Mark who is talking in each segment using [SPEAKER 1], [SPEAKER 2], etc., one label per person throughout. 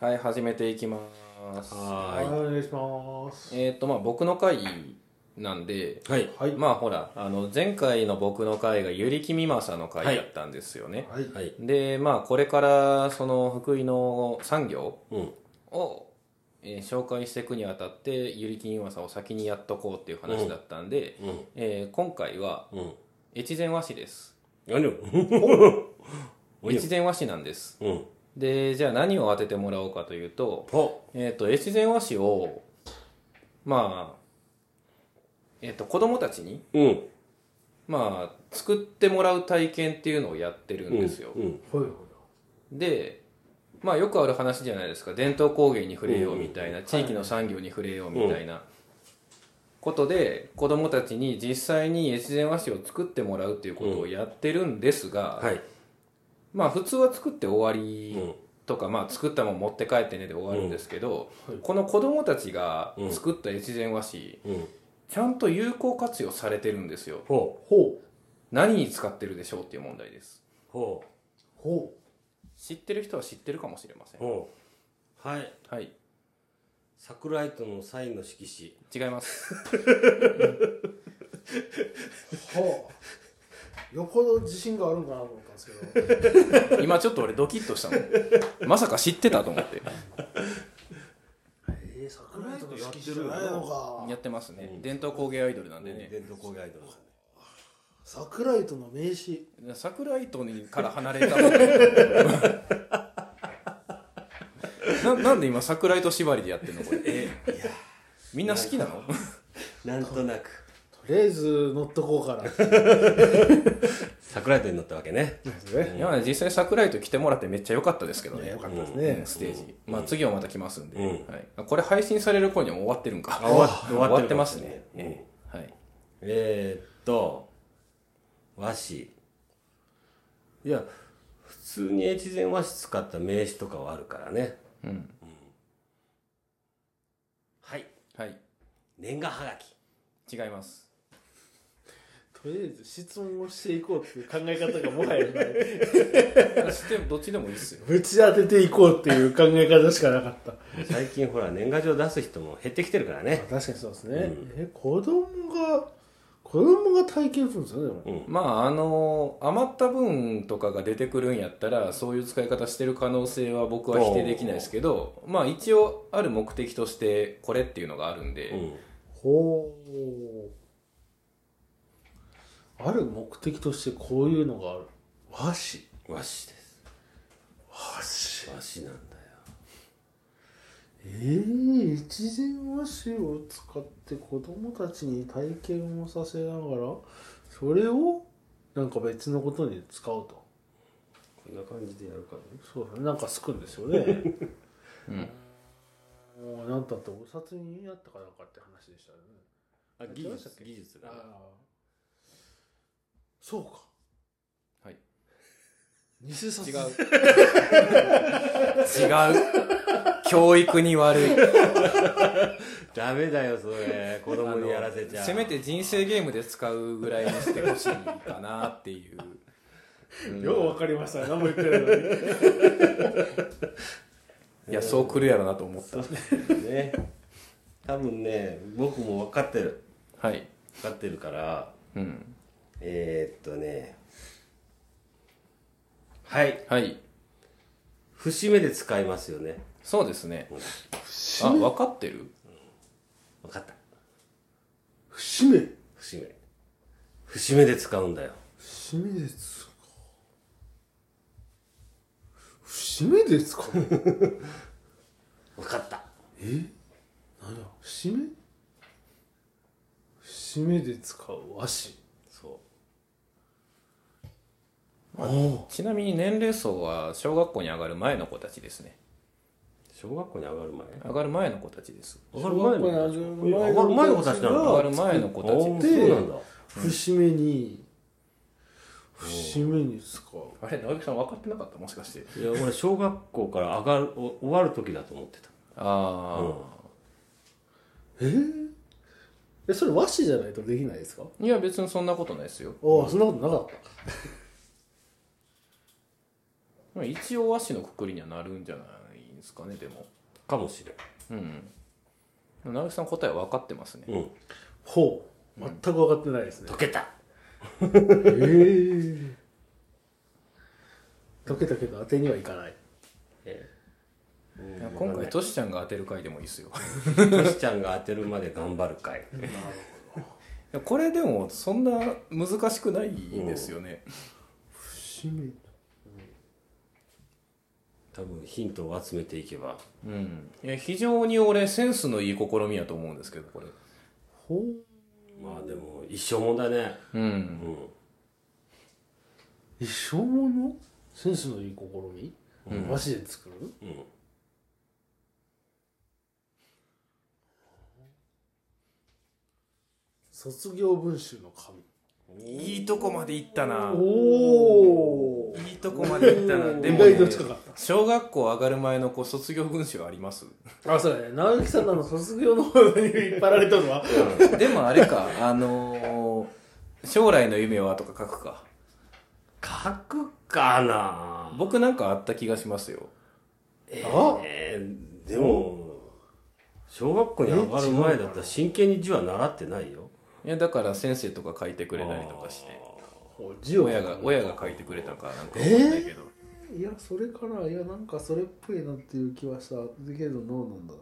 [SPEAKER 1] はい始めていきます
[SPEAKER 2] はーい
[SPEAKER 1] は
[SPEAKER 3] お願いします
[SPEAKER 1] いえっとまあ僕の回なんで
[SPEAKER 2] はい
[SPEAKER 3] はい
[SPEAKER 1] まあほらあの前回の僕の回がゆりきみまさの回だったんですよね、
[SPEAKER 3] はい
[SPEAKER 2] はい
[SPEAKER 1] でまあこれからその福井の産業
[SPEAKER 2] うん
[SPEAKER 1] を、えー紹介していくにあたってゆりきみまさを先にやっとこうっていう話だったんで、
[SPEAKER 2] うん
[SPEAKER 1] えー今回は
[SPEAKER 2] うん
[SPEAKER 1] 越前和紙です
[SPEAKER 2] 何を おい
[SPEAKER 1] 越前和紙なんです
[SPEAKER 2] うん
[SPEAKER 1] でじゃあ何を当ててもらおうかというと
[SPEAKER 2] ほ
[SPEAKER 1] えっ、と、越前和紙を、まあ、えっ、と、子供たちに、
[SPEAKER 2] うん
[SPEAKER 1] まあ、作ってもらう体験っていうのをやってるんですよ。
[SPEAKER 2] うん
[SPEAKER 3] はいはい
[SPEAKER 1] で、まあ、よくある話じゃないですか。伝統工芸に触れようみたいな、地域の産業に触れようみたいな、ことで、子供たちに実際に越前和紙を作ってもらうっていうことをやってるんですが、
[SPEAKER 2] はい
[SPEAKER 1] まあ、普通は作って終わり
[SPEAKER 2] うん
[SPEAKER 1] とか、まあ、作ったもん持って帰ってねで終わるんですけど、
[SPEAKER 3] うんはい
[SPEAKER 1] この子供たちが作った越前和紙、
[SPEAKER 2] うん
[SPEAKER 1] ちゃんと有効活用されてるんですよ
[SPEAKER 2] ほ
[SPEAKER 3] ほう
[SPEAKER 1] 何に使ってるでしょうっていう問題です
[SPEAKER 2] うほ
[SPEAKER 3] ほ
[SPEAKER 1] 知ってる人は知ってるかもしれませ
[SPEAKER 2] うんほうはい
[SPEAKER 1] はい
[SPEAKER 2] 桜井とのサインの色紙
[SPEAKER 1] 違います
[SPEAKER 3] うほうよっぽど自信があるんかなと思ったんですけ ど
[SPEAKER 1] 今ちょっと俺ドキッとしたもんまさか知ってたと思って
[SPEAKER 3] えー、桜井との
[SPEAKER 2] やっ
[SPEAKER 3] 好
[SPEAKER 2] て
[SPEAKER 3] き
[SPEAKER 2] る
[SPEAKER 3] じゃないのか
[SPEAKER 1] やってますね、伝統工芸アイドルなんでね、
[SPEAKER 2] 伝統工芸アイドル
[SPEAKER 3] 桜井との名刺
[SPEAKER 1] 桜井とから離れたもんね ななんで今桜井と縛りでやってんのこれみんな好きなの
[SPEAKER 2] なんとなく
[SPEAKER 3] とりあえず乗っとこうから
[SPEAKER 2] 桜井とに乗ったわけね
[SPEAKER 3] ですね
[SPEAKER 1] いや実際桜井と来てもらってめっちゃ良かったですけどね
[SPEAKER 3] よかったです
[SPEAKER 1] うん
[SPEAKER 3] ね
[SPEAKER 1] ステージ、まあ、次はまた来ますんで、
[SPEAKER 2] うん
[SPEAKER 1] はい、これ配信される頃にはもう終わってるんか
[SPEAKER 2] あ終わっ
[SPEAKER 1] 終わってますね、
[SPEAKER 2] 終わってるかもしれない
[SPEAKER 1] ええはい、
[SPEAKER 2] えー、っと和紙いや普通に越前和紙使った名刺とかはあるからね
[SPEAKER 1] うん
[SPEAKER 2] はい
[SPEAKER 1] はい、
[SPEAKER 2] 年賀はがき
[SPEAKER 1] 違います
[SPEAKER 3] とりあえず質問をしていこうっていう考え方がもはやない
[SPEAKER 1] でもどっちでもいいっすよ
[SPEAKER 3] ぶち当てていこうっていう考え方しかなかった
[SPEAKER 2] 最近ほら年賀状出す人も減ってきてるからね
[SPEAKER 3] 確かにそうですね、え子供が子供が体験するんですよねでも
[SPEAKER 2] うん
[SPEAKER 1] まああの余った分とかが出てくるんやったらそういう使い方してる可能性は僕は否定できないですけどまあ一応ある目的としてこれっていうのがあるんで、
[SPEAKER 2] うん
[SPEAKER 3] ほうある目的としてこういうのがある和紙
[SPEAKER 2] 和紙です
[SPEAKER 3] 和紙
[SPEAKER 2] 和紙なんだよ
[SPEAKER 3] ええ一前和紙を使って子供たちに体験をさせながらそれをなんか別のことに使うと
[SPEAKER 2] こんな感じでやるからね
[SPEAKER 3] そうだねなんかすくんですよ ねもうなんだってお札になったかなんかって話でしたよね
[SPEAKER 2] あ技術技術
[SPEAKER 3] あ
[SPEAKER 2] が
[SPEAKER 3] あそうか
[SPEAKER 1] はい、
[SPEAKER 3] 偽札
[SPEAKER 1] 違う 違う教育に悪い
[SPEAKER 2] ダメだよそれ子供にやらせちゃう
[SPEAKER 1] せめて人生ゲームで使うぐらいにしてほしいかなっていう、うん
[SPEAKER 3] ようわかりましたね何も言ってないのに
[SPEAKER 1] いやそう来るやろなと思った
[SPEAKER 2] ね多分ね僕も分かってる
[SPEAKER 1] はい、
[SPEAKER 2] 分かってるから
[SPEAKER 1] うん、
[SPEAKER 2] えー、っとねはい
[SPEAKER 1] はい
[SPEAKER 2] 節目で使いますよね
[SPEAKER 1] そうですねあ分かってる
[SPEAKER 2] 分かった
[SPEAKER 3] 節目
[SPEAKER 2] 節目節目で使うんだよ
[SPEAKER 3] 節目で使う節目で 使う
[SPEAKER 2] 分かった
[SPEAKER 3] え何や節目節目で使う和紙
[SPEAKER 2] そ
[SPEAKER 3] ああ
[SPEAKER 1] ちなみに年齢層は小学校に上がる前の子たちですね
[SPEAKER 2] う小学校に上がる前
[SPEAKER 1] 上がる前の子たちです
[SPEAKER 2] 上がる前の子たち上がる前
[SPEAKER 3] 前
[SPEAKER 2] の
[SPEAKER 3] の
[SPEAKER 2] 子
[SPEAKER 3] 子
[SPEAKER 2] た
[SPEAKER 3] た
[SPEAKER 2] ち
[SPEAKER 3] ち
[SPEAKER 2] な
[SPEAKER 3] が
[SPEAKER 1] 上
[SPEAKER 2] の
[SPEAKER 1] がる前の子たち
[SPEAKER 3] で
[SPEAKER 2] そうなんだ
[SPEAKER 3] 節目に節目に使う
[SPEAKER 1] あれ直木さん分かってなかったもしかして
[SPEAKER 2] いや俺小学校から上がるお終わる時だと思ってた
[SPEAKER 1] ああ、
[SPEAKER 3] えーえそれ和紙じゃないとできないですかあ
[SPEAKER 1] いや別にそんなことないですよ
[SPEAKER 3] あそんなことなかった
[SPEAKER 1] まあ一応和紙のくくりにはなるんじゃないんですかねでも
[SPEAKER 2] かもしれん
[SPEAKER 1] うん直木さん答え分かってますね
[SPEAKER 2] うん
[SPEAKER 3] ほう全く分かってないですね
[SPEAKER 2] 溶けた
[SPEAKER 3] えー解けたけど当てにはいかない
[SPEAKER 1] いや今回トシちゃんが当てる回でもいいですよ
[SPEAKER 2] トシちゃんが当てるまで頑張るかい
[SPEAKER 1] いやこれでもそんな難しくないですよね、
[SPEAKER 3] 節目
[SPEAKER 2] 多分ヒントを集めていけば
[SPEAKER 1] うん、いや非常に俺センスのいい試みやと思うんですけどこれ
[SPEAKER 3] ほう
[SPEAKER 2] まあでも一生もんだね
[SPEAKER 1] うん
[SPEAKER 2] うん
[SPEAKER 3] 一生ものセンスのいい試み、和紙で作る
[SPEAKER 2] うん
[SPEAKER 3] 卒業文集の紙
[SPEAKER 1] いいとこまで行ったな
[SPEAKER 3] おお
[SPEAKER 1] いいとこまで行ったなでも、
[SPEAKER 3] 意外と近かっ
[SPEAKER 1] 小学校上がる前のこう卒業文集あります
[SPEAKER 3] たあそうだね直樹さんのあの卒業の方に引っ張られたのは
[SPEAKER 1] でもあれかあのー将来の夢は」とか書くか
[SPEAKER 2] 書くかな
[SPEAKER 1] 僕なんかあった気がしますよ
[SPEAKER 3] あ
[SPEAKER 2] えーでも小学校に上がる前だったら真剣に字は習ってないよ
[SPEAKER 1] いやだから先生とか書いてくれたりとかして
[SPEAKER 3] お字を
[SPEAKER 1] 親が親が書いてくれたのかなんか
[SPEAKER 3] え
[SPEAKER 1] 分
[SPEAKER 3] ー
[SPEAKER 1] かんないけど、
[SPEAKER 3] いやそれからいやなんかそれっぽいなっていう気はしたけどどうなんだろ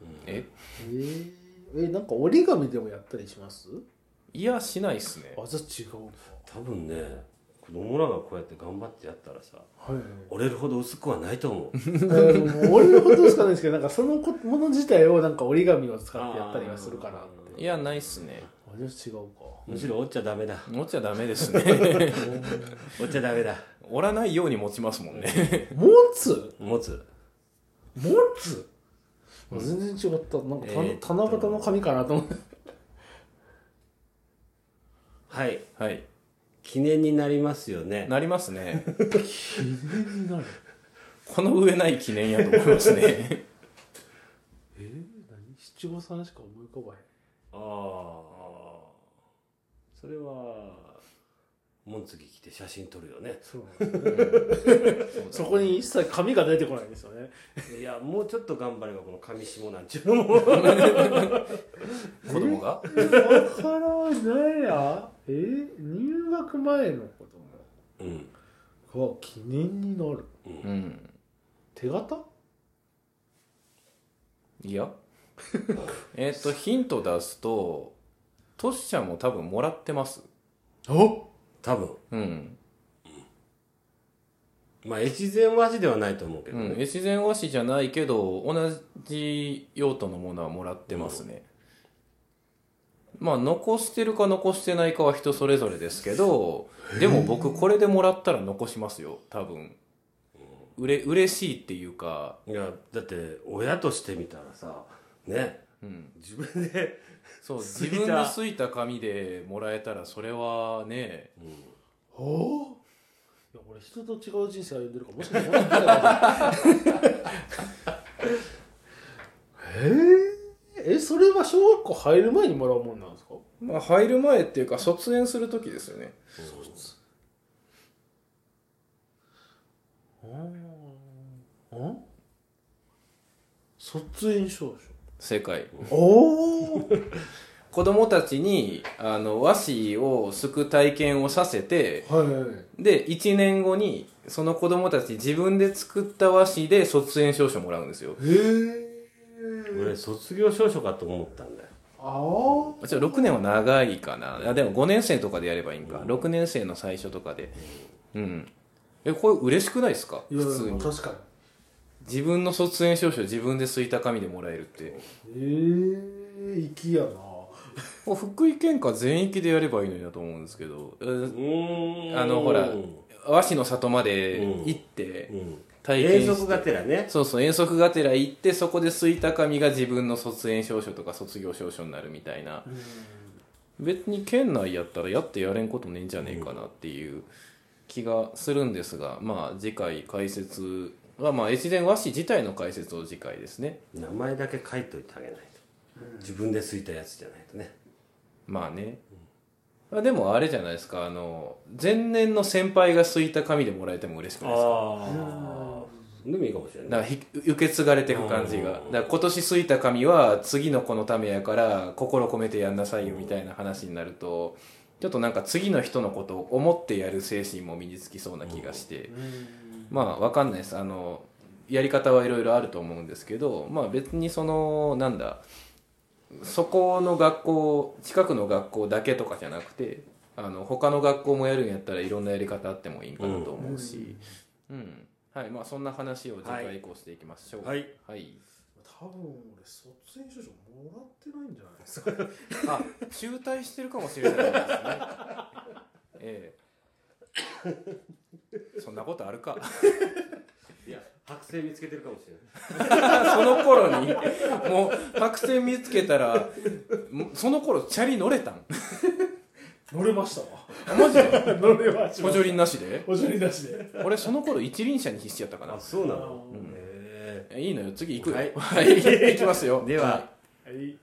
[SPEAKER 3] うな
[SPEAKER 1] え
[SPEAKER 3] えー、えなんか折り紙でもやったりします
[SPEAKER 1] いやしないっすね
[SPEAKER 3] あじゃあ違うか
[SPEAKER 2] 多分ね子供らがこうやって頑張ってやったらさ
[SPEAKER 3] はい、はい
[SPEAKER 2] 折れるほど薄くはないと思う
[SPEAKER 3] えー、もう折れるほどしかないですけどなんかそのこもの自体をなんか折り紙を使ってやったりはするかなって
[SPEAKER 1] いやないっすね
[SPEAKER 3] あじゃあ違うか
[SPEAKER 2] むしろ折っちゃダメだ
[SPEAKER 1] 持っちゃダメですね
[SPEAKER 2] 折っちゃダメだ
[SPEAKER 1] 折らないように持ちますもんね
[SPEAKER 3] 持つ
[SPEAKER 2] 持つ
[SPEAKER 3] 持つあ全然違ったなんかた、
[SPEAKER 2] えーっと
[SPEAKER 3] 七夕の紙かなと思って
[SPEAKER 2] はい
[SPEAKER 1] はい
[SPEAKER 2] 記念になりますよね
[SPEAKER 1] なりますね
[SPEAKER 3] 全然なる
[SPEAKER 1] この上ない記念やと思いますね
[SPEAKER 3] えー、何七五三しか思い浮かばへん
[SPEAKER 2] ああそれは紋付き着て写真撮るよね
[SPEAKER 3] そうなんですねそこに一切紙が出てこないんですよね
[SPEAKER 2] いやもうちょっと頑張ればこの紙下なんちゅうのも
[SPEAKER 1] 子供が
[SPEAKER 3] わからないや。え入学前の子
[SPEAKER 2] うん
[SPEAKER 3] 供が記念になる。
[SPEAKER 1] うん
[SPEAKER 3] 手形
[SPEAKER 1] いやえっとヒント出すとトシちゃんも多分もらってます
[SPEAKER 3] お
[SPEAKER 2] 多分
[SPEAKER 1] うん、
[SPEAKER 2] まあ越前和紙ではないと思うけ
[SPEAKER 1] う
[SPEAKER 2] ど、
[SPEAKER 1] ん、越前和紙じゃないけど同じ用途のものはもらってますね、まあ残してるか残してないかは人それぞれですけどでも僕これでもらったら残しますよ多分うれ嬉しいっていうか
[SPEAKER 2] いやだって親としてみたらさね、自分で
[SPEAKER 1] そう
[SPEAKER 2] す
[SPEAKER 1] 自
[SPEAKER 2] いた
[SPEAKER 1] 分のすいた紙でもらえたらそれはね
[SPEAKER 3] おいや俺人と違う人生歩んでるからもしかしてもら ってないかもえー、えそれは小学校入る前にもらうもんなんですか
[SPEAKER 1] まあ、入る前っていうか卒園する時ですよね
[SPEAKER 3] ん卒園証
[SPEAKER 1] 正解
[SPEAKER 3] 書おお
[SPEAKER 1] 子供たちにあの和紙をすく体験をさせて
[SPEAKER 3] はいはいはい
[SPEAKER 1] で1年後にその子供たち自分で作った和紙で卒園証書もらうんですよ
[SPEAKER 3] へえ
[SPEAKER 2] 俺卒業証書かと思ったんだよ
[SPEAKER 3] ああ
[SPEAKER 1] じゃ6年は長いかなあでも5年生とかでやればいいんか6年生の最初とかでうんえこれ嬉しくないですか
[SPEAKER 3] いや
[SPEAKER 1] 普通に
[SPEAKER 3] 確か
[SPEAKER 1] 自分の卒園証書自分ですいた紙でもらえるって
[SPEAKER 3] にええー、粋やな
[SPEAKER 1] もう福井県下全域でやればいいのになと思うんですけど、えー
[SPEAKER 2] うん
[SPEAKER 1] あのほら
[SPEAKER 2] うん
[SPEAKER 1] 和紙の里まで行って、体験
[SPEAKER 2] 永
[SPEAKER 1] し
[SPEAKER 2] 続がてらね
[SPEAKER 1] そうそう遠足がてら行ってそこで吸いた紙が自分の卒園証書とか卒業証書になるみたいな別に県内やったらやってやれんことねえんじゃねえかなっていう気がするんですがまあ次回解説はまあ越前和紙自体の解説を次回ですね
[SPEAKER 2] 名前だけ書いといてあげないと、自分ですいたやつじゃないとね
[SPEAKER 1] まあねあでもあれじゃないですかあの前年の先輩が吸いた紙でもらえても嬉しくないですか
[SPEAKER 2] あでもいいかもしれない
[SPEAKER 1] なんかひ受け継がれていく感じが。だ
[SPEAKER 2] う
[SPEAKER 1] か
[SPEAKER 2] ん
[SPEAKER 1] ら今年すいた髪は次の子のためやから心込めてやんなさいよみたいな話になると、ちょっとなんか次の人のことを思ってやる精神も身につきそうな気がして。まあわかんないですあのやり方はいろいろあると思うんですけどまあ別にそのなんだそこの学校近くの学校だけとかじゃなくてあの他の学校もやるんやったらいろんなやり方あってもいいかなと思うし、うんはいまあそんな話を次回以降していきましょう
[SPEAKER 2] はい、
[SPEAKER 1] はい、
[SPEAKER 3] 多分俺卒園証書もらってないんじゃないですか
[SPEAKER 1] あ中退してるかもしれない ですねええそんなことあるか
[SPEAKER 2] いや剥製見つけてるかもしれない
[SPEAKER 1] その頃にもう白線見つけたらもうその頃チャリ乗れたん
[SPEAKER 3] 乗れましたわ
[SPEAKER 1] あマジで
[SPEAKER 3] 乗れました
[SPEAKER 1] 補助輪なしで
[SPEAKER 3] 補助輪出しで
[SPEAKER 1] 俺その頃一輪車に必死やったかな
[SPEAKER 2] あそうな
[SPEAKER 3] あ
[SPEAKER 2] の
[SPEAKER 3] ー
[SPEAKER 2] へえ
[SPEAKER 1] いいのよ次行くよ
[SPEAKER 2] はい
[SPEAKER 1] はい、行きますよ
[SPEAKER 2] では、
[SPEAKER 1] い
[SPEAKER 3] はい